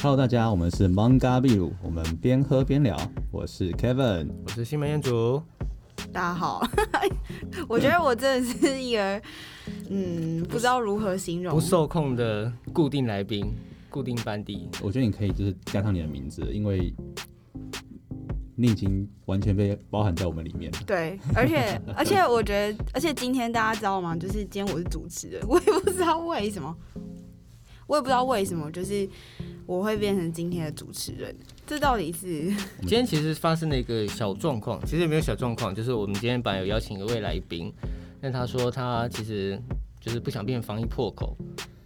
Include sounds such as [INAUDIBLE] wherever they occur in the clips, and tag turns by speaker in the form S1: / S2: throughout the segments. S1: Hello，大家，我们是 Manga 秘鲁，我们边喝边聊。我是 Kevin，
S2: 我是新门彦祖。
S3: 大家好，我觉得我真的是一个，嗯，不知道如何形容
S2: 不。受控的固定来宾，固定班底。
S1: 我觉得你可以就是加上你的名字，因为你已经完全被包含在我们里面了。
S3: 对，而且而且我觉得，而且今天大家知道吗？就是今天我是主持人，我也不知道为什么，我也不知道为什么，就是我会变成今天的主持人，这到底是
S2: 今天其实发生了一个小状况，其实也没有小状况，就是我们今天本来有邀请一位来宾，但他说他其实就是不想变防疫破口。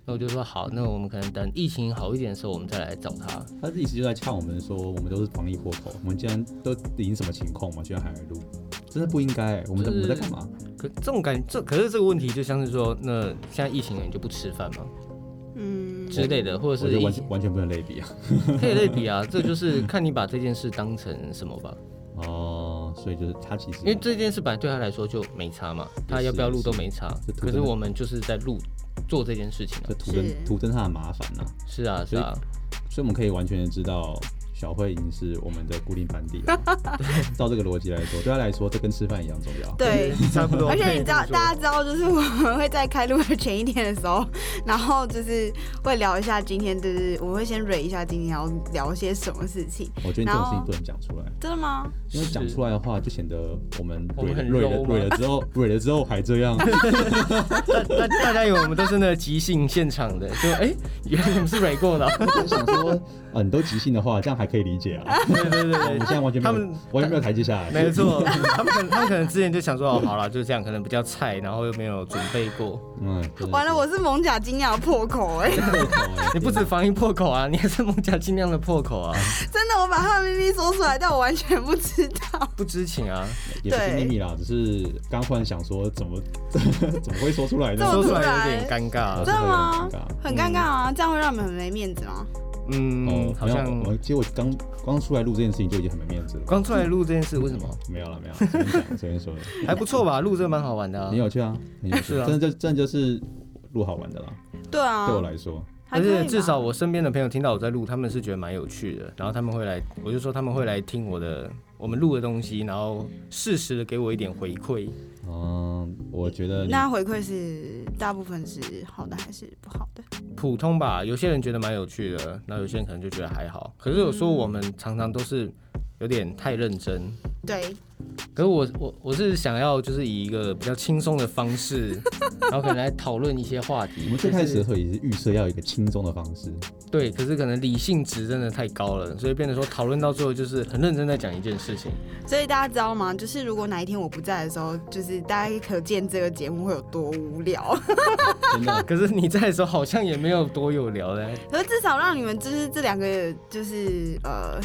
S2: 那我就说好，那我们可能等疫情好一点的时候，我们再来找他。
S1: 他一直就在呛我们说，我们都是防疫破口，我们竟然都已经什么情况嘛，居然还来录，真的不应该、我们在、
S2: 就是
S1: 我们在干嘛？
S2: 可这种感，这可是这个问题就像是说，那现在疫情了，你就不吃饭吗
S3: 嗯，
S2: 之类的，或
S1: 我
S2: 者
S1: 觉
S2: 是
S1: 得
S2: 疫
S1: 完
S2: 情 [LAUGHS]
S1: 全完全不能类比啊。
S2: 可以类比啊，这就是看你把这件事当成什么吧。
S1: 哦，所以就是他其实
S2: 因为这件事本来对他来说就没差嘛，他要不要录都没差
S1: 是。
S2: 可是我们就是在录做这件事情啊
S1: 就。徒增
S3: 是
S1: 徒增他的麻烦呐、
S2: 是啊，是
S1: 所以
S2: 啊，
S1: 所以我们可以完全的知道小慧已经是我们的固定班底
S2: [LAUGHS]
S1: 了。照这个逻辑来说，对他来说，这跟吃饭一样重要。
S3: 对。
S2: 差不多
S3: 而且你知道，大家知道，就是我们会在开录的前一天的时候， [LAUGHS] 然后就是会聊一下今天，就是我会先蕊一下今天要聊些什么事情。
S1: 我觉得你这种事
S3: 然
S1: 情
S3: 后
S1: 不能讲出来，
S3: 真的吗？
S1: 因为讲出来的话就显得我们
S2: 我们
S1: 蕊
S2: 很
S1: 蕊了
S2: 肉吗
S1: 蕊了之
S2: [LAUGHS]
S1: 后，蕊了之后还这样。
S2: 大 [LAUGHS] 大大家以为我们都是那个即兴现场的，就哎，原来你们是蕊过的啊。
S1: 我想说，啊，你都即兴的话，这样还可以理解啊。
S2: [LAUGHS] 对对对
S1: 我们现在完全没
S2: 他
S1: 有
S2: 们
S1: 完全没有台阶下来。
S2: 没错，他们可能他们可能之前就想说，哦，好了，就这样，可能比较菜，然后又没有准备过。
S1: 嗯，真的是
S3: 完了，我是蒙甲惊讶破口
S1: [LAUGHS]
S3: 哎、
S1: 破口欸
S2: 你不止防疫破口啊，你还是孟加尽量的破口啊，
S3: 真的，我把他的秘密说出来，但我完全不知道。
S2: 不知情啊。
S1: 也不是秘
S3: 对
S1: 密
S2: 哎
S1: 啦，只是刚忽然想说，怎么 [LAUGHS] 怎么会说出来呢
S3: 这？么
S2: 说出
S3: 突
S2: 来有
S3: 然
S2: 点尴
S1: 我
S2: 尬啊
S1: 是。
S3: 真的吗
S1: 很尴尬。嗯
S3: 很尴尬啊，这样会让你们很没面子吗？
S2: 嗯，好
S1: 哦没有
S2: 像
S1: 我其实我刚刚出来录这件事情就已经很没面子了。
S2: 刚出来录这件事，为什么？
S1: 没有了， [LAUGHS] 没有啦，随便讲，随便
S3: [LAUGHS]
S1: 说的，
S2: [LAUGHS] 还不错吧，录这蛮好玩的、啊
S1: 很。有趣啊，很有趣，
S2: 是啊
S1: 真的就真的就是录好玩的啦。
S3: 对啊，
S1: 对我来说，
S3: 还
S2: 而
S3: 可以吧
S2: 且至少我身边的朋友听到我在录，他们是觉得蛮有趣的，然后他们会来，我就说他们会来听我的我们录的东西，然后适时的给我一点回馈。
S1: 嗯，我觉得你
S3: 那回馈是大部分是好的还是不好的？
S2: 普通吧，有些人觉得蛮有趣的，那有些人可能就觉得还好。可是有时候我们常常都是有点太认真。
S3: 对，
S2: 可是我我我是想要就是以一个比较轻松的方式，然后可能来讨论一些话题。
S1: 我们最开始
S2: 就
S1: 的
S2: 是
S1: 时候也是预设要有一个轻松的方式，
S2: 对，可是可能理性值真的太高了，所以变得说讨论到最后就是很认真在讲一件事情。
S3: 所以大家知道吗？就是如果哪一天我不在的时候，就是大家可见这个节目会有多无聊。 [LAUGHS]
S1: 真的
S2: 可是你在的时候好像也没有多有聊嘞，
S3: 可是至少让你们就是这两个就是呃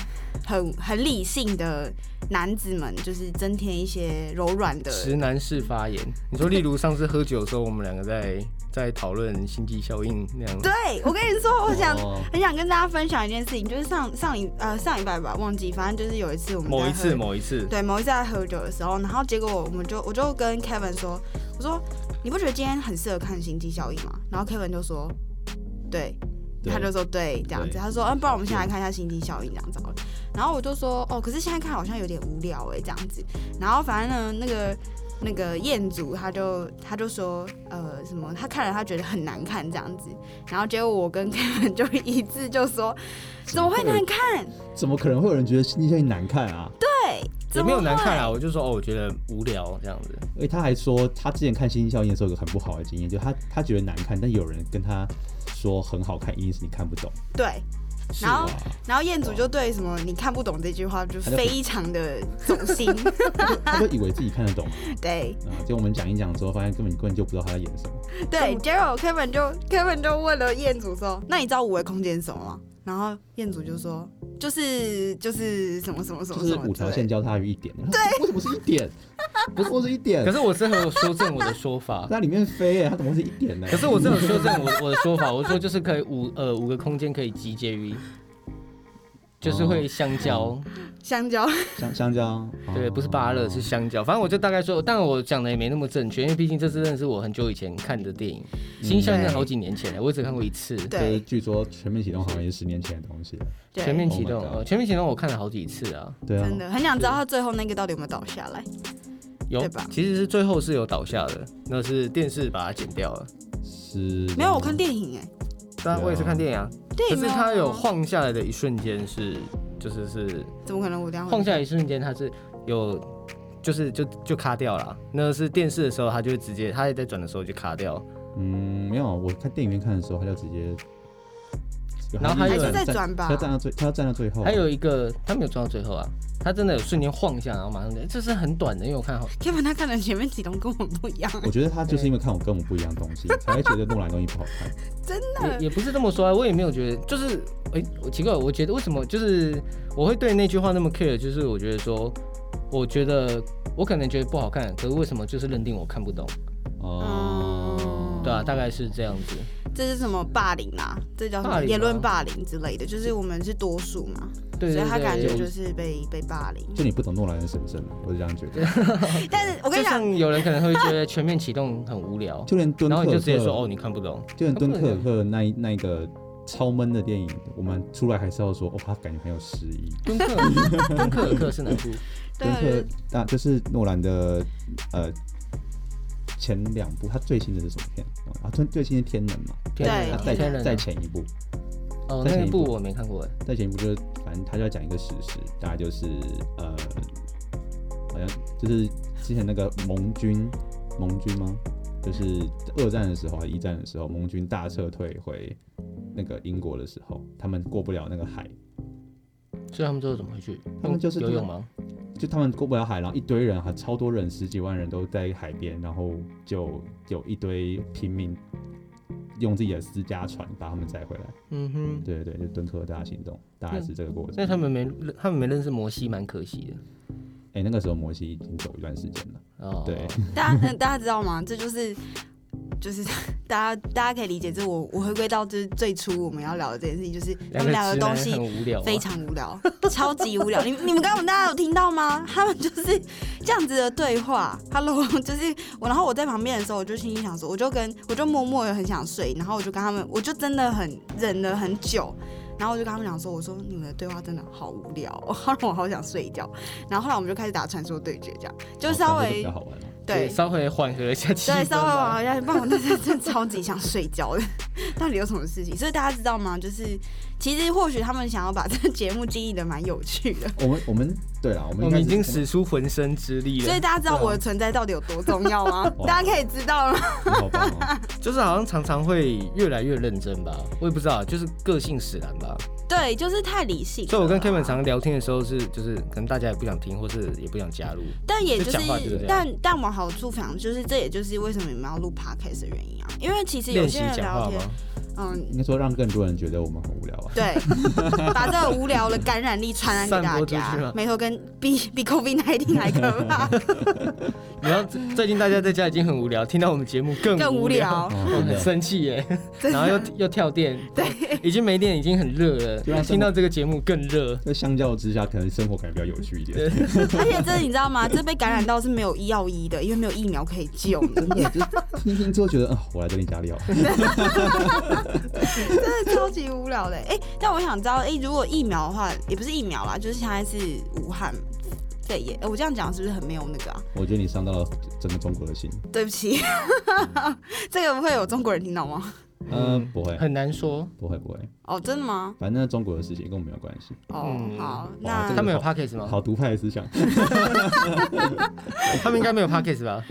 S3: 很很理性的男子们，就是增添一些柔软的。
S2: 直男式发言。你说，例如上次喝酒的时候，我们两个在在讨论心悸效应那样，
S3: 对，我跟你说，我想
S1: 哦
S3: 很想跟大家分享一件事情，就是上上一呃上礼拜吧，忘记，反正就是有一次我们在
S2: 某一次
S3: 喝
S2: 某一次，
S3: 对某一次在喝酒的时候，然后结果我们就我就跟 Kevin 说，我说你不觉得今天很适合看《星际效应》吗？然后 Kevin 就说，对，
S1: 对
S3: 他就说对这样子，
S1: 对
S3: 他说嗯，不然我们先来看一下《星际效应》这样子好了。然后我就说哦，可是现在看好像有点无聊哎、这样子。然后反正呢，那个那个彦祖他就他就说呃什么，他看了他觉得很难看这样子。然后结果我跟 Kevin 就一致就说怎么会难看？
S1: 怎么可能会有人觉得心情难看啊？
S2: 也没有
S3: 怎么
S2: 难
S3: 会
S2: 看啊，我就说哦，我觉得无聊这样子，
S1: 而哎且他还说，他之前看《星星效应》的时候有个很不好的经验，就他他觉得难看，但有人跟他说很好看，一定是你看不懂。
S3: 对。
S2: 是
S3: 然后
S1: 哇，
S3: 然后彦祖就对什么你看不懂这句话就非常的 [LAUGHS] 走心，
S1: 他就以为自己看得懂
S3: 对
S1: 啊，结果我们讲一讲之后，发现根本根本就不知道他在演什么。
S3: 对。结果 Kevin 就 Kevin 就问了彦祖说：“那你知道五维空间是什么吗？”然后彦祖就说：“就是就是什么什么什
S1: 就
S3: 么什
S1: 是
S3: 么。”
S1: 五条线。交叉于一点。 [LAUGHS] 对，为什么是一点？不是，为什么是一
S2: 可
S1: 点？
S2: 是我之后有修正我的说法
S3: [LAUGHS]
S1: 它。在里面飞耶，它怎么会是一点呢？
S2: 可是我这有修正我我的说法，我说就是可以五呃五个空间可以集结于就是会香
S3: 嗯
S2: 蕉，
S3: 香蕉，
S1: 香香蕉，哦
S2: 对，不是芭乐是香蕉。反正我就大概说，但我讲的也没那么正确，因为毕竟这真的是我很久以前看的电影，《新象》是好几年前了，我只看过一次。
S1: 就是
S3: 对
S1: 据说全面启动好像也是十年前的东西了。
S3: 对，
S2: 全面启
S1: Oh
S2: 动，
S1: my god
S2: 呃全面启动我看了好几次啊，
S1: 对啊
S3: 真，的很想知道他最后那个到底有没有倒下来。
S2: 有
S3: 对吧，
S2: 其实是最后是有倒下的，那是电视把它剪掉了。
S1: 是
S3: 没有，我看电影哎，
S2: 当然我也是看电影啊，
S3: 电
S2: 可
S3: 影哦
S2: 是
S3: 没
S2: 它有
S3: 吗
S2: 晃下来的一瞬间是，就是是
S3: 怎么可能我这样
S2: 晃下来一瞬间它是有，就是就就卡掉了。啊那是电视的时候，它就会直接，它也在转的时候就卡掉。
S1: 嗯，没有，我看电影院看的时候，他就直接，
S2: 然后还有
S1: 一
S3: 还是在
S1: 站
S3: 转吧
S1: 他站到最，他要站到最后，
S2: 还有一个，它没有转到最后啊，它真的有瞬间晃下，然后马上就，这是很短的，因为我看好
S3: Kevin 他看的前面几栋跟我们不一样，
S1: 我觉得他就是因为看我跟我不一样的东西，才会觉得诺兰的东西不好看。
S2: 也也不是这么说啊，我也没有觉得，就是哎、我奇怪，我觉得为什么就是我会对那句话那么 care，就是我觉得说，我觉得我可能觉得不好看，可是为什么就是认定我看不懂，
S3: 嗯
S1: 哦，
S2: 对啊，大概是这样子。
S3: 这是什么霸凌啊？这叫什
S2: 霸
S3: 么
S2: 凌吗
S3: 言论霸凌之类的，就是我们是多数嘛，
S2: 对
S3: 所
S2: 对
S3: 以他感
S2: 对，
S3: 觉就
S2: 就是
S3: 被被霸凌。
S1: 就你不懂诺兰的神圣，我是这样觉得。，
S3: 但是我跟你讲，
S2: 像有人可能会觉得全面启动很无聊
S1: 就连敦
S2: 然
S1: 刻尔
S2: 后你
S1: 克，
S2: 就直接说哦，你看不懂，
S1: 就连敦刻尔克那一那一个超闷的电影，我们出来还是要说，哦，他感觉很有诗意。
S2: 敦刻尔敦刻尔克是哪部？
S3: 对
S1: 敦
S3: 啊，就是
S1: 刻那就是诺兰的呃前两部，他最新的是什么片啊？最最新的《天能》嘛，
S2: 天
S3: 对
S1: 他
S2: 人啊
S1: 再
S2: 天人啊
S1: 再前一部，
S2: 哦，
S1: 再
S2: 那
S1: 前
S2: 一
S1: 一
S2: 部
S1: 部
S2: 我没看过哎，
S1: 再前一部就是反正他就要讲一个史实，大概就是呃，好像就是之前那个盟军，盟军吗？就是二战的时候还是一战的时候，盟军大撤退回那个英国的时候，他们过不了那个海，
S2: 所以他们最后怎么回去？
S1: 他们就是
S2: 游泳吗？
S1: 就他们过不了海，然后一堆人，还超多人，十几万人都在海边，然后就有一堆平民用自己的私家船把他们载回来。
S2: 嗯哼。
S1: 对对，就敦刻尔克大行动，大概是这个过程。
S2: 那他们没认他们没认识摩西，蛮可惜
S1: 哎、那个时候摩西已经走一段时间了。
S2: 的。哦，
S1: 对，
S3: 大家大家知道吗？这就是就是大家大家可以理解，这我我回归到就是最初我们要聊的这件事情，就是他
S2: 两
S3: 们
S2: 个
S3: 两个
S2: 直
S3: 东
S2: 男
S3: 西
S2: 很无聊啊，
S3: 非常无聊，超级无聊。你你们刚刚大家有听到吗？他们就是这样子的对话。Hello，就是 [LAUGHS] 我，然后我在旁边的时候，我就心里想说，我就跟我就默默的很想睡，然后我就跟他们，我就真的很忍了很久。然后我就跟他们讲说：“我说你们的对话真的好无聊、哦， [LAUGHS] 让我好想睡觉。”然后后来我们就开始打传说对决，这样
S2: 哦
S3: 就稍
S1: 好像比
S3: 微
S1: 较好玩了。
S3: 对
S2: 稍微缓和一下气氛吧。
S3: 对，稍微玩一下，不然我那时候真的超级想睡觉的。 [LAUGHS] 到底有什么事情？所以大家知道吗？就是其实或许他们想要把这个节目经营的蛮有趣的，
S1: 我们我们对啦，我们应
S2: 我
S1: 该
S2: 们
S1: 是
S2: 已 [LAUGHS] 经使出浑身之力了。
S3: 所以大家知道我的存在到底有多重要吗？
S1: 哦
S3: [LAUGHS] 大家可以知道吗？
S1: 好棒哦。
S2: 就是好像常常会越来越认真吧，我也不知道，就是个性使然吧。
S3: 对，就是太理性了。
S2: 所以我跟 Kevin 常聊天的时候是，就是可能大家也不想听，或是也不想加入。
S3: 但也就是
S2: 就讲话就是这样
S3: 但但往好处想，就是这也就是为什么你们要录 podcast 的原因啊，因为其实有
S2: 练习
S3: 些人
S2: 讲
S3: 聊
S2: 话
S3: 天
S2: 吗，？
S3: 嗯，
S1: 应该说让更多人觉得我们很无聊
S3: [LAUGHS]
S1: 啊。
S3: 对，把这个无聊的感染力传染给
S2: 散
S3: 大
S2: 播出去
S3: 家
S2: 吗，
S3: 没错，跟比比 COVID 19还可怕，
S2: 然后最近大家在家已经很无聊，听到我们节目 [LAUGHS] 更
S3: 更无
S2: 无
S3: 聊。
S1: 哦，真
S2: 我很
S1: 的，
S2: 生气耶，然后又又跳电，
S3: 对，
S2: 已经没电，已经很热
S1: 就让生活
S2: 了，听到这个节目更热。
S1: 在相较之下，可能生活感觉比较有趣一点。
S2: 对
S1: [LAUGHS]
S3: 而且这你知道吗？这被感染到是没有医药医的，因为没有疫苗可以救你，
S1: 真的，就听听之后觉得，啊、我来这里家里好了。
S3: [LAUGHS] 真的超级无聊的。哎、但我想知道，哎、如果疫苗的话，也不是疫苗啦，就是现在是武汉肺炎。哎我这样讲是不是很没有那个啊？
S1: 我觉得你伤到了整个中国的心。
S3: 对不起， [LAUGHS] 这个不会有中国人听到吗？
S1: 呃
S2: 嗯，
S1: 不会，
S2: 很难说。
S1: 不会，不会，
S3: 哦，真的吗？
S1: 反正中国的事情跟我们没有关系。
S3: 哦，
S2: 嗯
S3: 好，
S1: 哇
S3: 那
S1: 这
S2: 他
S1: 个
S2: 们有 podcast 吗？
S1: 好独派的思想，
S2: 他们应该没有 podcast 吧？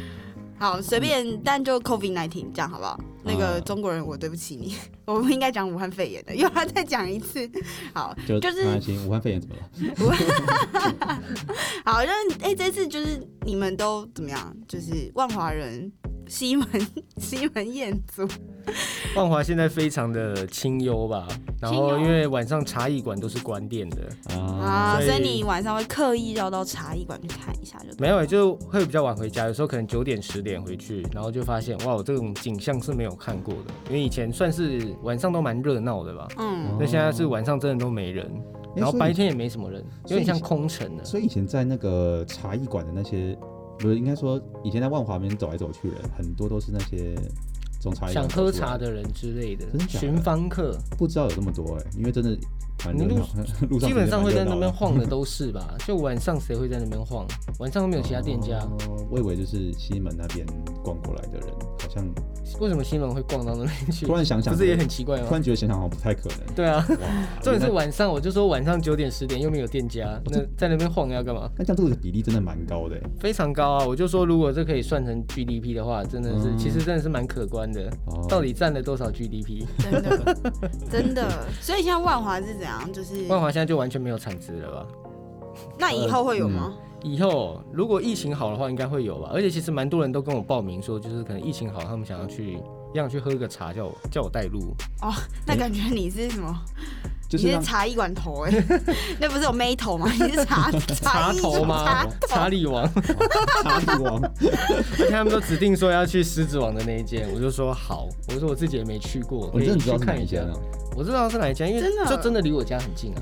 S3: 好随便，但就 COVID nineteen 这样好不好？那个
S1: 啊
S3: 中国人，我对不起你， [LAUGHS] 我不应该讲武汉肺炎的，又要再讲一次。好，
S1: 就
S3: 就是
S1: 担心武汉肺炎怎么了？
S3: 好，那哎、这次就是你们都怎么样？就是万华人西门西门彦祖，
S2: 万华现在非常的清幽吧，然后因为晚上茶艺馆都是关店的，
S1: 啊，
S3: 啊，
S2: 嗯所以
S3: 所以你晚上会刻意绕到茶艺馆去看一下就对。
S2: 没有、就会比较晚回家，有时候可能九点十点回去，然后就发现哇，我这种景象是没有看过的，因为以前算是晚上都蛮热闹的吧，
S3: 嗯，
S2: 那、现在是晚上真的都没人，
S1: 诶
S2: 然后
S1: 所以
S2: 白天也没什么人，有
S1: 所以
S2: 点像空城的。
S1: 所以以前在那个茶艺馆的那些，不是应该说以前在万华那边走来走去的人，很多都是那些从茶艺
S2: 想
S1: 馆
S2: 喝
S1: 走出来
S2: 茶的人之类的
S1: 啊真，的假的
S2: 寻芳客，
S1: 不知道有这么多哎、因为真的蛮
S2: 你
S1: 热
S2: 嗯路
S1: 闹，路上
S2: 基本上会在那
S1: 真的蛮热闹
S2: 边
S1: 的
S2: 晃的都是吧？就晚上谁会在那边晃？晚上都没有其他店家，
S1: 哦我以为就是西门那边逛过来的人，好像
S2: 为什么新人会逛到那边去
S1: 突？然想想，
S2: 不是也很奇怪
S1: 突
S2: 吗？
S1: 然觉得想想好像不太可能。
S2: 对啊，
S1: 哇
S2: [LAUGHS] 重点是
S1: 那
S2: 晚上，我就说晚上九点十点又没有店家，那在那边晃要干嘛？
S1: 那这样这个比例真的蛮高的欸
S2: 非常高啊！我就说如果这可以算成 GDP 的话，真的是、
S1: 嗯
S2: 其实真的是蛮可观的。
S1: 哦。
S2: 到底占了多少 GDP？
S3: 真的真的。所以现在万华是怎样？就是
S2: 万华现在就完全没有产值了吧？
S3: 那以后会有吗？
S2: 以后如果疫情好的话，应该会有吧。而且其实蛮多人都跟我报名说，就是可能疫情好，他们想要去，想去喝个茶，叫我叫我带路。
S3: 那感觉你是什么？
S1: 就是
S3: 你是
S1: 让
S3: 茶艺馆头哎、 [LAUGHS] 那不是有妹头吗？你是茶
S2: [LAUGHS] 茶
S3: 艺
S2: 头吗
S3: 茶？
S2: 查理王， [LAUGHS]
S1: 茶艺王，
S2: 而且他们都指定说要去狮子王的那一间，我就说好，我说我自己也没去过，
S1: 我
S2: 可
S1: 哦真
S2: 以
S1: 的知
S2: 去
S1: 道是哪
S2: 看
S1: 一
S2: 一下
S1: 间。啊？
S2: 我知道是哪一家，因为
S3: 真的
S2: 就真的离我家很近啊。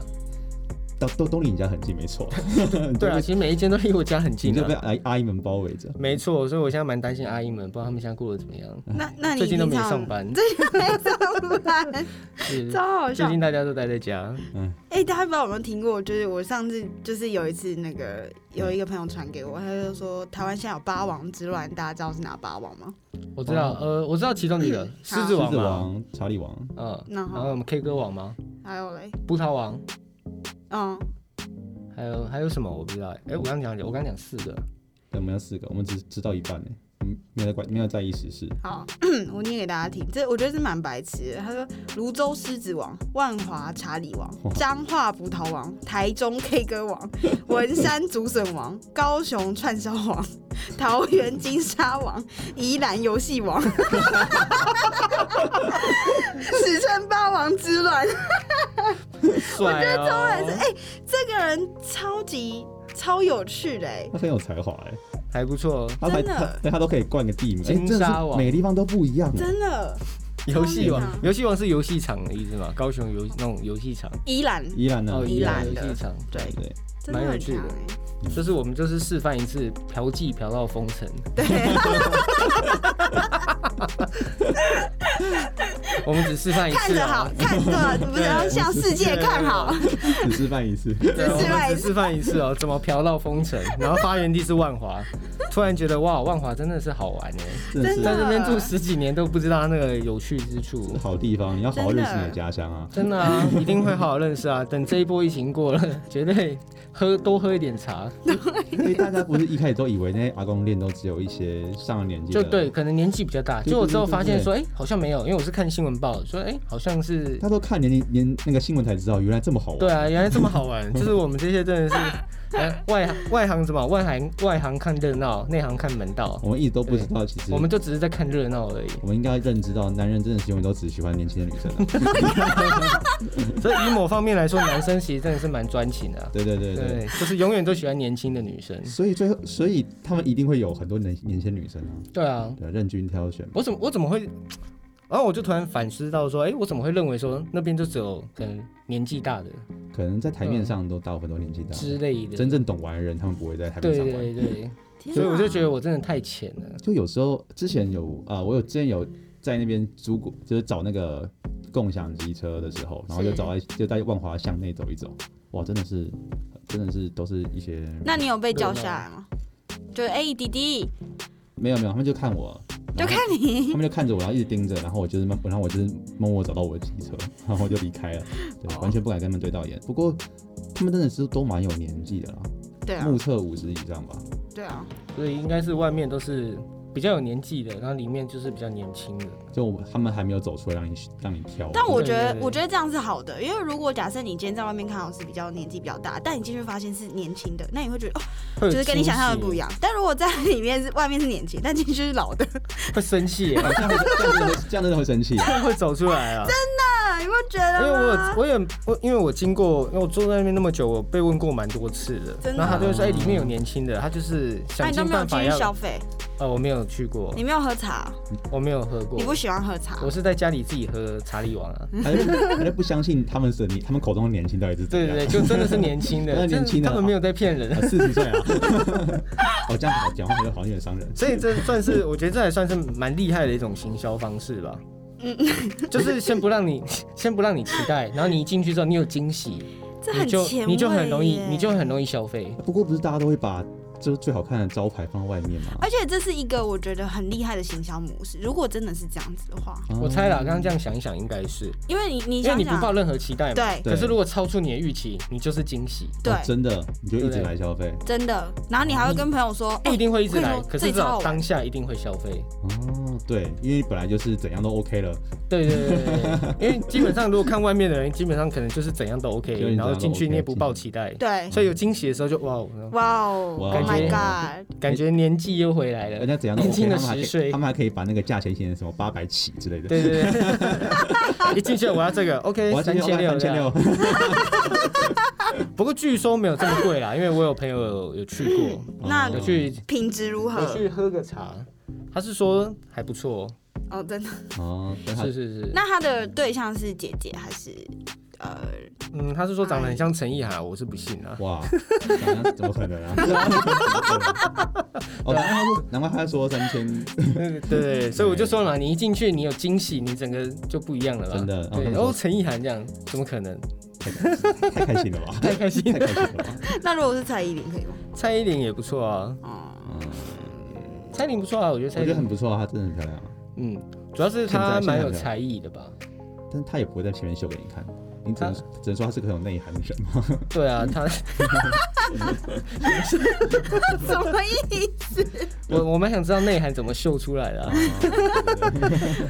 S1: 都都都离你家很近，没错。
S2: 对啊，其实每一间都离我家很
S1: 你
S2: 近
S1: 就被
S2: 啊。
S1: 阿姨阿姨们包围着。
S2: 没错，所以我现在蛮担心阿姨们，不知道他们现在过得怎么样。
S3: 那那你
S2: 嗯最近都没
S3: 平常
S2: 上，班，
S3: 上
S2: [LAUGHS]
S3: 班
S2: 是
S3: 超好
S2: 最
S3: 笑。
S2: 近大家都待在家。
S3: 哎、大家不知道有没有听过？就是我上次就是有一次那个有一个朋友传给我，他就说台湾现在有八王之乱，大家知道是哪八王吗？
S2: 我知道，呃，我知道其中一个狮子
S1: 哦狮
S2: 王啊
S1: 子
S2: 嘛，
S1: 王、查理王，
S2: 嗯，
S3: 然
S2: 然后
S3: 后
S2: 我们 K 歌王吗？
S3: 还有嘞，
S2: 葡萄王，
S3: 嗯，
S2: 还有还有什么我不知道欸。哎，我刚讲我刚讲四个，
S1: 对，我们要四个，我们只知道一半呢，嗯，没有在管，没有在意时事。
S3: 好， [CLEARS THROAT] 我念给大家听，这我觉得是蛮白痴的。他说：泸州狮子王、万华查理王、彰化葡萄王、台中 K 歌王、文山竹笋王、高雄串烧王、桃园金沙王、宜兰游戏王， [LAUGHS] 史称八王之乱。
S2: 帅哦，
S3: 哎这个人超级超有趣的、欸，
S1: 他很有才华哎，
S2: 还不错。哦
S1: 他才
S3: 真的
S1: 他对他都可以冠个地名，哎，
S2: 金
S1: 真的
S2: 沙
S1: 是
S2: 王
S1: 每个地方都不一样。欸
S3: 真的。
S2: 游戏王
S3: 聪明啊，
S2: 游戏王是游戏场的意思嘛？高雄游那种游戏场，
S3: 宜兰
S1: 依然呢，
S2: 哦，
S3: 宜兰
S2: 游
S3: 的
S2: 戏场，
S3: 对
S1: 啊对，
S3: 真的
S2: 蛮有
S3: 很
S2: 趣
S3: 强
S2: 的
S3: 哎、
S2: 就是我们就是示范一次嫖妓嫖到封
S3: [LAUGHS]
S2: 城， [LAUGHS]
S3: 对，
S2: 我们只示范一
S3: 看
S2: 次
S3: 着
S2: 啊
S3: 好，，看着不是要向世界看好。
S1: 只示范一
S3: [LAUGHS]
S1: 次。
S2: 对，我
S3: 只示范一
S2: 们
S3: 次
S2: 只示范一次哦，怎么嫖到封城，然后发源地是万华，突然觉得哇，万华真的是好玩哎。
S1: 真的是
S3: 真
S2: 在
S3: 的
S2: 那边住十几年都不知道它那个有趣之处，
S1: 好地方，你要好好
S3: 真的
S1: 认识你的家乡啊。
S2: 真
S1: [LAUGHS]
S2: 的啊，一定会好好认识啊。等这一波疫情过了， [LAUGHS] 绝对喝多喝一点茶，
S1: 因为大家不是一开始都以为那些阿公店都只有一些上了年纪
S2: 就
S1: 的，
S2: 对，，可能年纪比较大，
S1: 对
S2: 就我之后
S1: 对对
S2: 发现
S1: 对
S2: 说，哎，好像没有，因为我是看新闻报说，哎，好像是，
S1: 他都看年龄年那个新闻才知道，原来这么好玩。
S2: 对啊，原来这么好
S1: [LAUGHS]
S2: 玩，就是我们这些真的是， [LAUGHS] 哎，外行外行怎么外行外行看热闹，内行看门道，
S1: 我们一直都不知道，其实
S2: 我们就只是在看热闹而已。
S1: 我们应该认知到，男人真的是永远都只喜欢年轻的女生、
S2: [LAUGHS]
S1: 啊。
S2: 所以以某方面来说，男生其实真的是蛮专情的啊、
S1: 对对对对。
S2: 对，就是永远都喜欢年轻的女生。
S1: 所以最后，所以他们一定会有很多年年轻女生啊，
S2: 对啊，
S1: 对，任君挑选嘛。
S2: 我怎么我怎么会？然后我就突然反思到说，哎、我怎么会认为说那边就只有可能年纪大的
S1: 可能在台面上都大部分都年纪大，
S2: 之类的？
S1: 真正懂玩的人，他们不会在台面
S2: 对
S1: 上玩。
S2: 对对，
S3: 天啊
S2: 所以我就
S3: 哪
S2: 觉得我真的太浅了。
S1: 就有时候之前有啊、我有之前有在那边租过，就是找那个共享机车的时候，然后
S3: 是
S1: 就找在就在万华巷内走一走，哇，真的是真的是都是一些
S3: 那你有被叫下来吗？就哎、弟弟，
S1: 没有没有，他们就看我，
S3: 就
S1: 然后
S3: 看
S2: [LAUGHS]
S3: 你，
S1: 他们就看着我，然后一直盯着，然后我就是慢，然后我就是默默找到我的机车，然后我就离开了，对，
S3: 哦
S1: 完全不敢跟他们对到眼。不过他们真的是都蛮有年纪的啦，
S3: 对啊
S1: 目，测五十以上吧。
S3: 对啊，
S2: 所以应该是外面都是比较有年纪的，然后里面就是比较年轻的。
S1: 就我他们还没有走出来让你让你挑，
S3: 但我
S2: 对
S3: 觉得
S2: 对，对
S3: 我觉得这样是好的，因为如果假设你今天在外面看到是比较年纪比较大，但你进去发现是年轻的，那你会觉得哦，
S2: [LAUGHS] 会有
S3: 就是跟你想象的不一
S2: 样，
S3: 样。但如果在里面是外面是年轻，但进去是老的， [LAUGHS]
S2: 会生气耶，
S1: [LAUGHS]
S2: [LAUGHS]
S1: 这样会这样真的这样真的会生气。
S2: 会走出来啊。
S3: 啊，你会觉
S2: 因为
S3: 得
S2: 我有
S3: 吗？
S2: 我也我因为我经过，因为我坐在那边那么久，我被问过蛮多次的。
S3: 真的
S2: 然后他就会说，哎、
S1: 哦
S2: 里面有年轻的，他就是
S3: 那
S2: 想
S3: 啊你都
S2: 尽
S3: 没有
S2: 办
S3: 进
S2: 法
S3: 去
S2: 要
S3: 消费，
S2: 呃，我没有去过
S3: 你，没有喝茶，
S2: 我没有喝过
S3: 你，不喜欢喝茶，
S2: 我是在家里自己喝茶里王
S3: 嗯
S2: 啊。
S1: 还是还是不相信他们是你，他们口中的年轻到底是怎
S2: 对
S1: 样？
S3: [LAUGHS]
S2: 对对，就真的是年轻的，
S1: 那年轻的
S2: 真他
S3: 啊
S2: 们没有在骗人。
S1: 四十岁啊！ [LAUGHS] 哦，这样子讲话好像有点伤人。
S2: 所以这算是，我觉得这还算是蛮厉害的一种行销方式吧。
S3: 嗯，
S2: [LAUGHS] 就是先不让你， [LAUGHS] 先不让你期待，然后你一进去之后，你有惊喜，
S3: 这
S2: 你
S3: 很
S2: 就
S3: 前卫
S2: 你就很容易，
S3: 耶
S2: 你就很容易消费。
S1: 不过不是大家都会把就是最好看的招牌放在外面吗？
S3: 而且这是一个我觉得很厉害的行销模式。如果真的是这样子的话，
S1: 啊
S2: 哎我猜啦，刚刚这样想一想，应该是，
S3: 因为你嗯你
S2: 因为
S3: 想
S2: 你不
S3: 想，
S2: 抱任何期待嘛。
S3: 对
S1: 对
S2: 可是如果超出你的预期，你就是惊喜，
S3: 对
S1: 哦，真的你就一
S2: 对
S1: 直
S2: 不对
S1: 来消费
S3: 真的，然后你还会跟朋友说，
S2: 不一定会一直来，
S3: 我跟你说
S2: 可
S3: 哎哦这
S2: 是
S3: 里
S2: 至
S3: 超好
S2: 少
S3: 玩
S2: 当下一定会消费。
S1: 哦，对，因为本来就是怎样都 OK 了，
S2: 对对对对
S1: [LAUGHS]
S2: 对，因为基本上如果看外面的人，基本上可能就是怎样都 OK，
S1: 就是你
S2: 然
S1: 怎样
S2: 后
S1: 都
S2: 进去
S1: OK，嗯
S2: 你也不抱期待，
S3: 对，
S2: 所以有惊喜的时候就哇，哦，
S3: 哇哦
S1: 哇
S3: ，Oh
S1: 哦
S3: my
S2: 感
S3: god，
S2: 感觉年纪又回来
S1: 人
S2: 了。
S1: 家怎样都
S2: 年
S1: OK，
S2: 轻
S1: 他
S2: 的
S1: 们还可
S2: 十岁
S1: 以他们还可以把那个价钱写成什么八百起之类的。
S2: 对对对， [LAUGHS] 一进去我要这个
S1: 我
S2: ，OK，
S1: 要
S2: 三
S1: 今天
S2: 千
S1: 要
S2: 六，
S1: 三千六。
S2: [LAUGHS] 不过据说没有这么贵啦，因为我有朋友有有去过，
S1: 嗯
S3: 那
S2: 有去
S3: 品质如
S2: 有
S3: 何？
S2: 去喝个茶，他是说还不错，
S3: 哦，真的。
S1: 哦，但他
S2: 是是是，
S3: 那他的对象是姐姐还是呃？
S2: 嗯，他是说长得很像陈意涵，我是不信啊。
S1: 哇，长得怎么可能啊？ [LAUGHS] 哦，难怪他说，难怪他说三千，
S2: 对对，所以我就说了嘛，你一进去你有惊喜，你整个就不一样了啦。
S1: 真的
S2: 对，
S1: 嗯
S2: 哦，陈意涵这样，怎么可能？
S1: 太开心了吧？
S2: 太开心
S1: 太
S2: 了，
S1: 开心了
S2: [LAUGHS]
S1: 吧？
S3: 那如果是蔡依林可以吗？
S2: 蔡依林也不错啊，
S3: 哦， [LAUGHS]
S1: 嗯，
S2: 蔡依林不错啊，我觉得
S1: 我
S2: 蔡依
S1: 觉得
S2: 林
S1: 很不错啊，她真的很漂亮啊，
S2: 嗯，主要是她
S1: 现在
S2: 蛮有才艺的吧？
S1: 但是她也不会在前面秀给你
S2: 啊
S1: 看，你只能
S2: 她
S1: 只能说她是个很有内涵的人嘛。
S2: 对啊，她
S3: 什么意
S2: 我我蛮想知道内涵怎么秀出来的啊。
S3: 思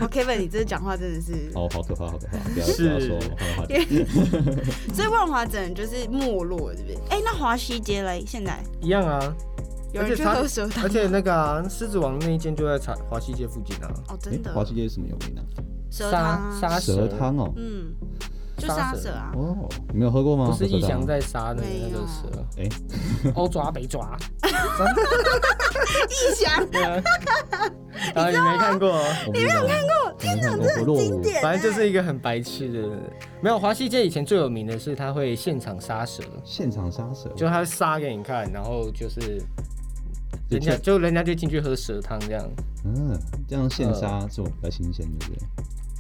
S3: 哦？Kevin，你这讲话真的是，
S1: 哦，好可怕，好可怕！不要
S2: 是
S1: 不要说我坏话。
S3: 所以万华整人就是没落，对不对？哎，那华西街嘞，现在
S2: 一样啊，
S3: 有
S2: 而
S3: 人
S2: 且
S3: 去
S2: 他
S3: 喝蛇汤
S2: 而且那个啊，狮子王那一间就在茶华西街附近啊，
S3: 哦，真
S1: 哎，
S3: 的
S1: 华西街是什么有名呢？
S3: 蛇汤啊，
S2: 杀
S1: 蛇汤哦，
S3: 嗯，就
S2: 杀
S3: 杀
S2: 蛇
S3: 蛇啊，
S1: 哦，你没有喝过吗？
S2: 不是
S1: 蛇
S2: 易
S1: 汤
S2: 翔在杀的那个蛇，
S1: 没有
S2: 欧抓北抓，
S3: 异想
S1: [LAUGHS]
S2: 对啊，然后你没看过哦，
S1: 我没有看过，天哪，这很经典。
S2: [LAUGHS] 反正就是一个很白痴的，没有华西街以前最有名的是他会现场杀蛇，
S1: 现场杀蛇，
S2: 就他杀给你看，然后就是
S1: 就
S2: 人家就人家就进去喝蛇汤这样，
S1: 嗯，这样现杀是我比较新鲜，对不对？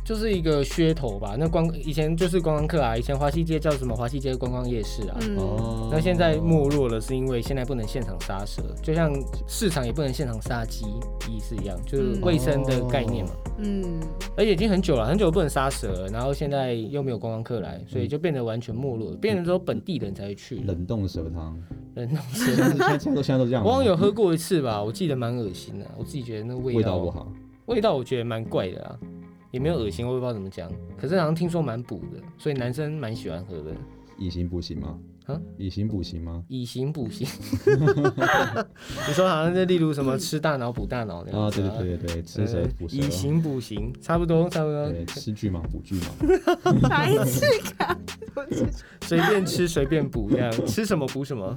S2: 就是一个噱头吧。那观以前就是观光客啊，以前华西街叫什么华西街观光夜市啊。
S3: 嗯，
S1: 哦，
S2: 那现在没落了，是因为现在不能现场杀蛇，就像市场也不能现场杀鸡，意思一样，就是卫生的概念嘛。
S3: 嗯，
S2: 而且已经很久了，很久不能杀蛇了，然后现在又没有观光客来，所以就变得完全没落，变成只有本地人才会去。
S1: 冷冻蛇
S2: [LAUGHS]
S1: 汤，
S2: 人弄
S1: 现 [LAUGHS]
S2: 蛇，
S1: 在现在都现在都这样了吗。
S2: 我好像有喝过一次吧，我记得蛮恶心的，我自己觉得那味
S1: 味道
S2: 道
S1: 不，好，
S2: 味道我觉得蛮怪的啊，也没有恶心，我也不知道怎么讲。可是好像听说蛮补的，所以男生蛮喜欢喝的，
S1: 以形补形吗？
S2: 啊，
S1: 以形补形吗？
S2: 以形补形。 [LAUGHS] 你说好像就例如什么吃大脑补大脑那
S1: 啊，
S2: 样子呃
S1: 对对对对对，吃蛇补蛇
S2: 以，形补形，差不多差不多，
S1: 对，吃巨蟒补巨蟒。
S3: 白痴感，我就
S2: 随便吃随便补这样，吃什么补什么。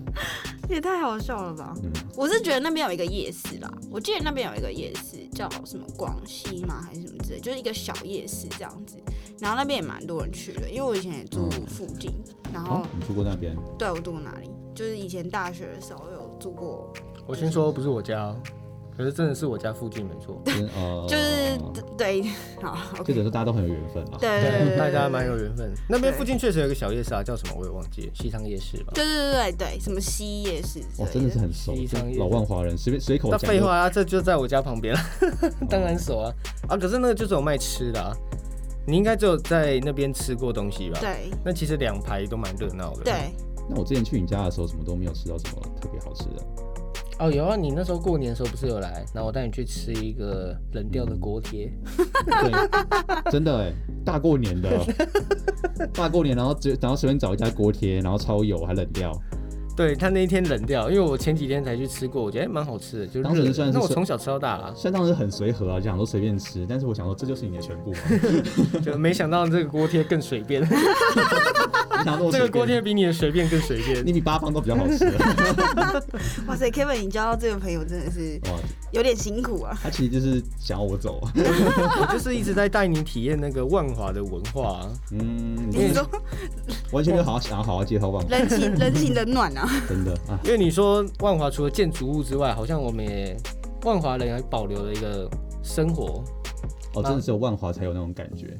S3: 也太好笑了吧！
S1: 嗯
S3: 我是觉得那边有一个夜市啦，我记得那边有一个夜市叫什么广西嘛，还是什么之类，就是一个小夜市这样子。然后那边也蛮多人去的，因为我以前也住
S1: 嗯
S3: 附近，然后、
S1: 哦，你住过那边？
S3: 对我住过哪里，就是以前大学的时候有住过，
S2: 我先说不是我家、哦，可是真的是我家附近没错。
S1: 跟呃，
S3: 就是、对，好
S1: 就
S3: ，OK，
S1: 等于说大家都很有缘分啊。
S3: 对对对对，
S2: 大家
S3: 对
S2: 蛮有缘分。那边
S3: 对
S2: 附近确实有个小夜市啊，叫什么我也忘记了，西昌夜市吧。
S3: 对对对对对，什么西夜市之类，
S1: 哇，真的是很熟
S2: 西，藏
S1: 老万华人，随便随口
S2: 那
S1: 讲。
S2: 废话啊，这就在我家旁边了， [LAUGHS]
S1: 哦，
S2: 当然熟啊。啊，可是那个就只有卖吃的啊，你应该只有在那边吃过东西吧？。
S3: 对
S2: 那其实两排都蛮热闹的。。
S3: 对，
S1: 那我之前去你家的时候，什么都没有吃到什么特别好吃的。 [LAUGHS]
S2: 哦，有啊，你那时候过年的时候不是有来，然后我带你去吃一个冷掉的锅贴，
S1: 对，真的哎，大过年 [LAUGHS] 的，大过年，然后只然后随便找一家锅贴，然后超油还冷掉，
S2: 对他那一天冷掉，因为我前几天才去吃过，我觉得哎蛮好吃的，就
S1: 当
S2: 热
S1: 时
S2: 的
S1: 算是
S2: 那我
S1: 说
S2: 从小吃到大啦，啊
S1: 虽然当时很随和啊，就想说随便吃，但是我想说这就是你的全部嘛，
S2: 就没想到这个锅贴更随 [LAUGHS] 便，
S1: 你想说
S2: 这个锅贴比你的随便更随便。
S1: 你比八方都比较好吃。啊
S3: 哇塞，Kevin，你交到这个朋友真的是
S1: 哇，
S3: 有点辛苦啊。
S1: 哦他其实就是想要我走。啊
S2: 我就是一直在带你体验那个万华的文化、啊，
S1: [LAUGHS] 嗯，
S3: 你说
S1: 完全没有好好想要好好介绍万华，
S3: 人情人情冷暖啊，
S1: 真的啊，
S2: 因为你说万华除了建筑物之外，好像我们也万华人还保留了一个生活。
S1: 哦，真的只有万华才有那种感觉。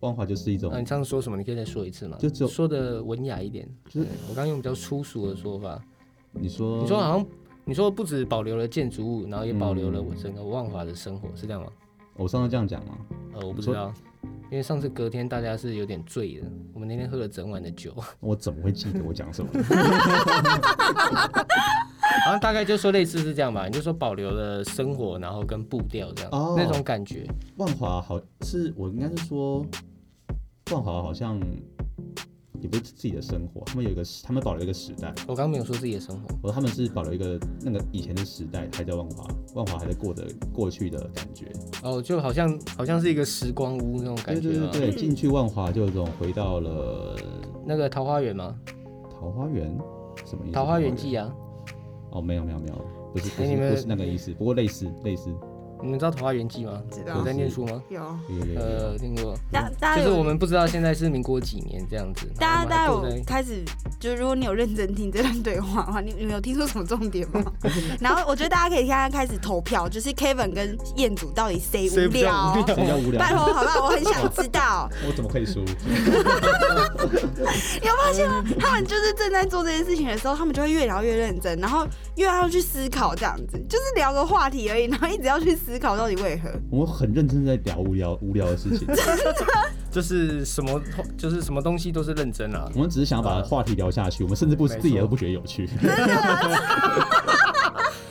S1: 万华就是一种
S2: 啊，你上次说什么？你可以再说一次吗？
S1: 就只有
S2: 说的文雅一点。
S1: 就是嗯
S2: 对我刚用比较粗俗的说法，
S1: 你说
S2: 你说啊好像你说不止保留了建筑物，然后也保留了
S1: 嗯
S2: 我整个万华的生活，是这样吗？
S1: 我上次这样讲吗？
S2: 呃，我不
S1: 你
S2: 知
S1: 说
S2: 道，因为上次隔天大家是有点醉的，我们那天喝了整晚的酒， [LAUGHS]
S1: 我怎么会记得我讲什么？
S2: 好像大概就说类似是这样吧，你就说保留了生活，然后跟步调这样、
S1: 哦
S2: 那种感觉。
S1: 万华好是我应该是说，万华好像也不是自己的生活，他们有一个时他们保留一个时代，
S2: 我刚刚没有说自己的生活，
S1: 我说他们是保留一个那个以前的时代还在万华，万华还在过着过去的感觉。
S2: 哦，就好像好像是一个时光屋那种感
S1: 对
S2: 觉啊
S1: 对
S2: 吗？
S1: 对对，进去万华就有种回到了
S2: 那个桃花源吗？
S1: 桃花源，什么意思？
S2: 《桃花源记》啊，
S1: 哦，没有没有没有，不是不
S2: 哎
S1: 是
S2: 你们
S1: 不是那个意思，不过类似类似，
S2: 你们知道《桃花源记》吗？
S1: 啊
S3: 知
S2: 有
S3: 道
S2: 在念书吗？
S3: 有。
S1: 有有有
S2: [LAUGHS]
S1: 有
S2: 呃，听过。
S3: 大大
S2: 就
S3: 家
S2: 是
S3: 有
S2: 我们不知道现在是民国几年这样子。
S3: 大家大家
S2: 然后我
S3: 有
S2: 们还坐在
S3: 开始，就如果你有认真听这段对话的话，你你们有听出什么重点
S2: [LAUGHS]
S3: 吗？然后我觉得大家可以现在开始投票，就是 Kevin 跟彦祖到底谁
S2: 谁
S3: 无
S2: 比较无
S3: 聊？
S2: 聊
S1: 谁叫无聊？
S3: 拜托，好不好？我很想知道，
S1: 我怎么可以输？
S3: [LAUGHS] 你有发现吗？
S2: 嗯
S3: 他们就是正在做这件事情的时候，他们就会越聊越认真，然后越要去思考这样子，就是聊个话题而已，然后一直要去思考到底为何。
S1: 我们很认真地在聊无聊无聊的事情，
S2: 就是什么，就是什么东西都是认真啊。
S1: 我们只是想要把话题聊下去，我们甚至不
S2: 没错
S1: 自己也都不觉得有
S3: [LAUGHS]
S1: 趣，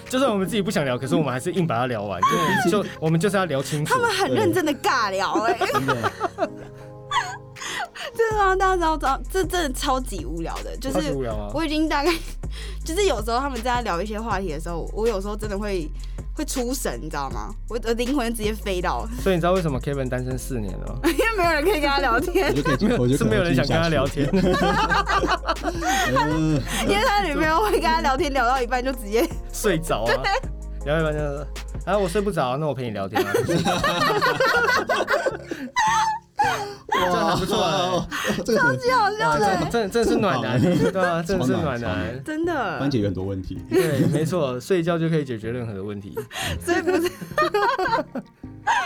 S2: 就算我们自己不想聊，可是我们还是硬把它聊完，
S1: [LAUGHS]
S2: 因为就我们就是要聊清楚
S3: 他。们很认真的尬聊、哎，
S1: 真的。
S3: [LAUGHS] 真的啊让大家知道知道，这真的超级无聊的，就
S2: 超级
S3: 是
S2: 无聊啊！
S3: 我已经大概，就是有时候他们在聊一些话题的时候，我有时候真的会会出神，你知道吗？我的灵魂直接飞到， [LAUGHS]
S2: 所以你知道为什么 Kevin 单身四年了吗？
S3: 因为没有人可以跟他聊天
S2: [LAUGHS]
S1: 我，就可以进，我就可
S2: 是
S1: 能
S2: 没有人
S1: 进
S2: 想
S1: 去
S2: 跟他
S1: 下去
S2: 聊天。
S1: 嗯，
S3: 因为他女朋友会跟他聊天，聊到一半就直接
S2: 睡着啊，聊一半就说，啊，我睡不着，那我陪你聊天啊。这还不错啊，
S1: 哦这个很
S3: 好笑
S2: 哇
S3: 的、
S2: 这这这是暖男，对啊，这是
S1: 超
S2: 暖
S1: 暖超
S2: 男
S1: 暖。
S3: 真的
S1: 班。解决很多问题。
S2: 对，没错，睡觉就可以解决任何的问题。
S3: 所以不是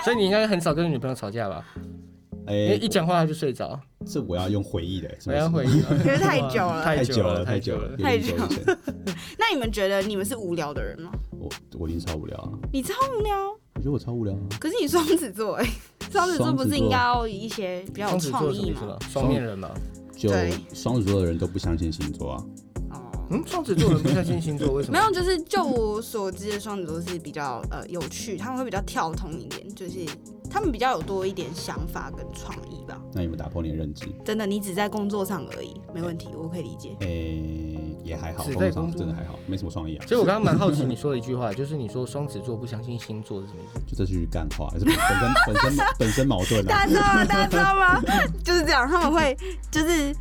S2: 所以你应该很少跟女朋友吵架吧？因为
S1: 哎
S2: 一，讲话她就睡着，
S1: 这我要用回忆的，是不
S2: 没
S1: 是 [LAUGHS]
S2: 要回应啊。
S3: 因为太久了
S2: 太
S1: 太久
S2: 了，
S1: 了，太久
S2: 久
S1: 了，
S2: 了。
S1: 有点久
S3: 太
S1: 以
S3: 久
S1: 前。
S3: 那你们觉得你们是无聊的人吗？
S1: 我我已经超无聊了，
S3: 你超无聊，
S1: 我觉得我超无聊啊。
S3: 可是你双子座哎、 [LAUGHS] 双子座不是应该要一些比较
S2: 双
S3: 有
S2: 子
S3: 创
S2: 座什么
S3: 意啊
S2: 意思吗
S3: 吗？？
S2: 双面人嘛。
S1: 就
S3: 对
S1: 双子座的人都不相信星座啊，
S3: 哦，
S2: 嗯，双子座人不相信星座，为什么？
S3: 没有，就是就我所知的双子座是比较呃有趣，他们会比较跳通一点，就是他们比较有多一点想法跟创意吧。
S1: 那有没有打破你的认知？
S3: 真的，你只在工作上而已，没问题，我可以理解。
S1: 诶，也还好，
S2: 只
S1: 工
S2: 在
S1: 作
S2: 工
S1: 上
S2: 作
S1: 真的
S2: [LAUGHS]
S1: 还好，没什么创意啊
S2: 其。实我刚刚蛮好奇你说的一句话，就是你说双子座不相信星座是什么意思？
S1: 就这句干话，还是本身本身本身矛盾啊
S3: [LAUGHS] 大家。知道吗？大家知道吗？ [LAUGHS] 就是这样，他们会就是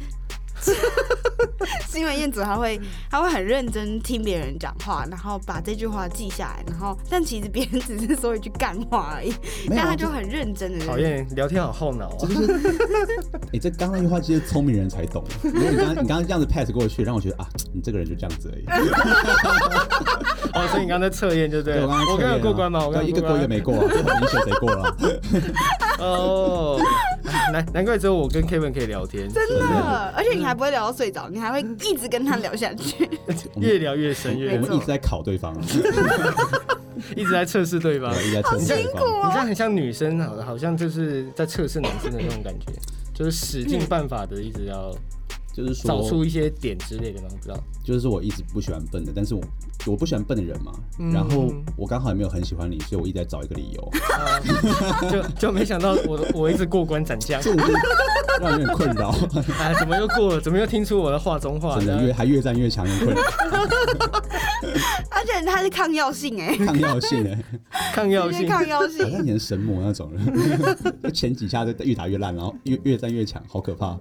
S3: [LAUGHS] 新闻彦祖，他会他会很认真听别人讲话，然后把这句话记下来，然后但其实别人只是说一句干话而已，
S1: 没有
S3: 但
S1: 啊
S3: 他就很认真的。
S2: 讨厌，聊天好耗脑啊
S1: 这。就是，哎、这刚刚那句话就是聪明人才懂。如果你刚刚你刚刚这样子 pass 过去，让我觉得啊，你这个人就这样子而已。
S2: 哦，所以你刚刚在测验，对不对？
S1: 我刚刚
S2: 我刚
S1: 确
S2: 刚
S1: 认
S2: 有
S1: 啊
S2: 过关吗？我刚
S1: 对
S2: 刚
S1: 一个
S2: 过
S1: 过一
S2: 关
S1: 个没过啊，这很明显谁过
S2: [LAUGHS]
S1: 了啊。
S2: 哦，难 [LAUGHS] 难怪只有我跟 Kevin 可以聊天，
S3: 真的，而且你还不会聊到睡着，你还会一直跟他聊下去。 [LAUGHS]
S2: 越聊越深，
S1: 我
S2: 越
S1: 们一直在考对方，
S2: 一直在测试对方。
S1: 对
S2: 你
S1: 一
S2: [LAUGHS]
S1: 直在测试对方。
S2: 这样很像女生，好，好像就是在测试男生的那种感觉，就是使尽办法的一直要
S1: 就是
S2: 找
S1: 说，
S2: 出一些点之类的吗？不知
S1: [LAUGHS]
S2: 道。
S1: 就是我一直不喜欢笨的，但是我我不喜欢笨的人嘛，
S2: 嗯
S1: 然后我刚好也没有很喜欢你，所以我一直在找一个理由，
S2: 啊就就没想到我我一直过关斩将
S1: 这我就 [LAUGHS] 让人有点困扰，
S2: 啊，怎么又过了？怎么又听出我的话中话
S1: [LAUGHS] 真的越
S2: 呢？
S1: 还越战越强，越困扰，
S2: [LAUGHS]
S3: 而且它是抗药性哎、
S1: 抗药性哎、
S2: [LAUGHS] 抗药
S3: 直 [LAUGHS] 接
S2: 性，
S3: 抗药
S1: 好像
S3: 性。
S1: 你很神魔那种人， [LAUGHS] 就前几下就越打越烂，然后越越战越强，好可怕。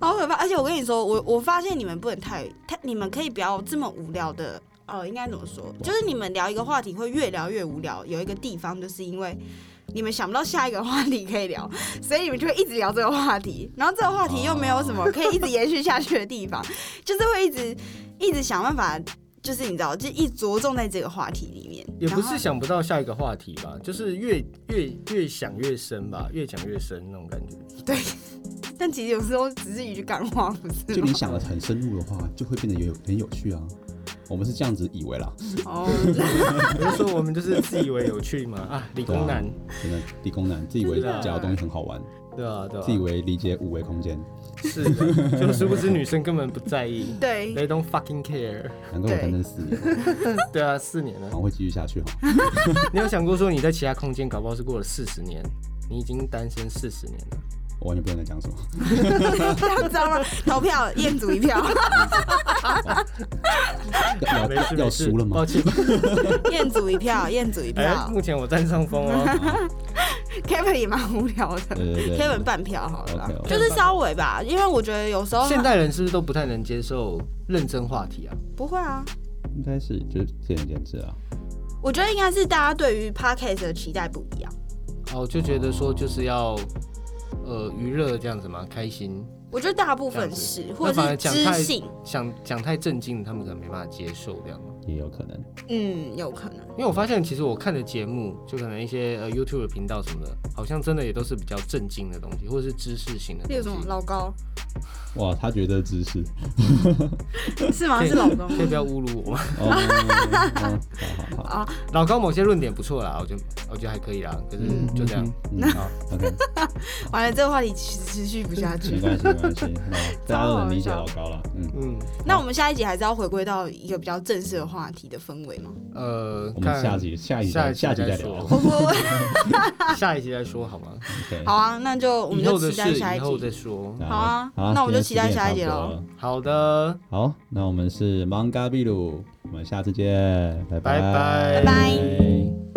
S3: 好可怕！而且我跟你说，我我发现你们不能太太，你们可以不要这么无聊的。呃，应该怎么说？就是你们聊一个话题会越聊越无聊，有一个地方就是因为你们想不到下一个话题可以聊，所以你们就会一直聊这个话题，然后这个话题又没有什么可以一直延续下去的地方， [LAUGHS] 就是会一直一直想办法，就是你知道，就一直着重在这个话题里面。
S2: 也不
S3: 然后
S2: 是想不到下一个话题吧，就是越越越想越深吧，越讲越深那种感觉。
S3: 对，但其实有时候只是一句干话，不是吗？
S1: 就你想的很深入的话，就会变得有很有趣啊。我们是这样子以为啦，
S2: [LAUGHS]
S3: 哦，
S2: 比如说我们就是自以为有趣嘛，啊，理工男，
S1: 真的理工男自以为
S2: 真的啊
S1: 假的东西很好玩，
S2: 对啊，对啊，
S1: 自以为理解五维空间，
S2: 是的，就殊不知女生根本不在意
S3: [LAUGHS] 对，
S2: ，they don't fucking care。 [LAUGHS]
S1: 难怪我单身四年，
S2: 对啊，四年
S1: 然
S2: 了，
S1: 后会继续下去哈。
S2: 你有想过说你在其他空间搞不好是过了四十年，你已经单身四十年了。
S1: 我完全不知道你在讲什么，
S3: [LAUGHS] 这样知道吗？投票，彦祖一票，
S1: 要
S2: [LAUGHS] 没
S1: 要
S2: 事
S1: 要
S2: 没事
S1: 输了吗
S2: 抱？歉，
S3: 彦祖一
S2: [LAUGHS]
S3: 票，彦祖一
S2: 哎、
S3: 票。
S2: 目前我占上风哦。
S3: [LAUGHS] Kevin 也蛮无聊的
S1: [LAUGHS] 对对对
S3: ，Kevin 半票好了啦
S1: OK，OK
S3: 就是稍微吧，因为我觉得有时候
S2: 现代人是不是都不太能接受认真话题啊？
S3: 不会啊。
S1: 应该是就是见仁见智啊。
S3: 我觉得应该是大家对于 podcast 的期待不一样。
S2: 哦，就觉得说就是要呃娱乐这样子嘛，开心。
S3: 我觉得大部分是，
S2: 那
S3: 或者
S2: 反
S3: 是
S2: 而讲
S3: 知
S2: 太
S3: 性，
S2: 想讲太正经，他们可能没办法接受这样。
S1: 也有可能，
S3: 嗯，有可能。
S2: 因为我发现，其实我看的节目，就可能一些呃 YouTube 频道什么的，好像真的也都是比较正经的东西，或者是知识型的
S3: 例如什
S2: 东
S3: 么
S2: 西。
S3: 老高
S1: 哇，他觉得知识，
S3: [LAUGHS] 是吗？
S2: 可以
S3: 是老高
S2: 可以不要侮辱我吗？ [LAUGHS]
S3: [LAUGHS]
S1: 哦，哦好好好
S3: 啊？
S2: 老高某些论点不错啦，我觉得我觉得还可以啦，可是就这样。
S1: 嗯
S2: 好，
S1: ，OK，
S3: 完了，这个话题持持续不下
S1: 没
S2: [LAUGHS]
S3: 去。
S1: 关系没
S2: 啊
S3: [LAUGHS]
S1: 关系，那大家都能理解老高了，嗯。
S2: 嗯，
S3: 那我们下一集还是要回归到一个比较正式的话题的
S2: [LAUGHS]
S3: 氛围吗？
S2: 呃，
S1: 我们
S2: 看
S1: 下集下一集
S2: 下
S1: 再
S2: 一集
S1: 下集再
S2: 再
S1: 聊。
S2: 说，下一集再说好吗？
S1: OK，
S3: 好啊，那就 [LAUGHS] 我们
S2: 以后
S3: 就
S2: 的
S3: 期待
S2: 事
S3: 下
S2: 以
S3: 一
S2: 后
S3: 集
S2: 再。说。
S1: 那
S3: 好啊
S1: 好啊，
S3: 那我们就
S1: 今天
S3: 期待
S1: 时间
S3: 下一
S1: 也
S3: 集
S1: 差不
S3: 咯
S1: 多了。
S2: 好的，
S1: 好，那我们是 Manga 秘鲁，我们下次见，拜
S2: 拜拜
S3: 拜拜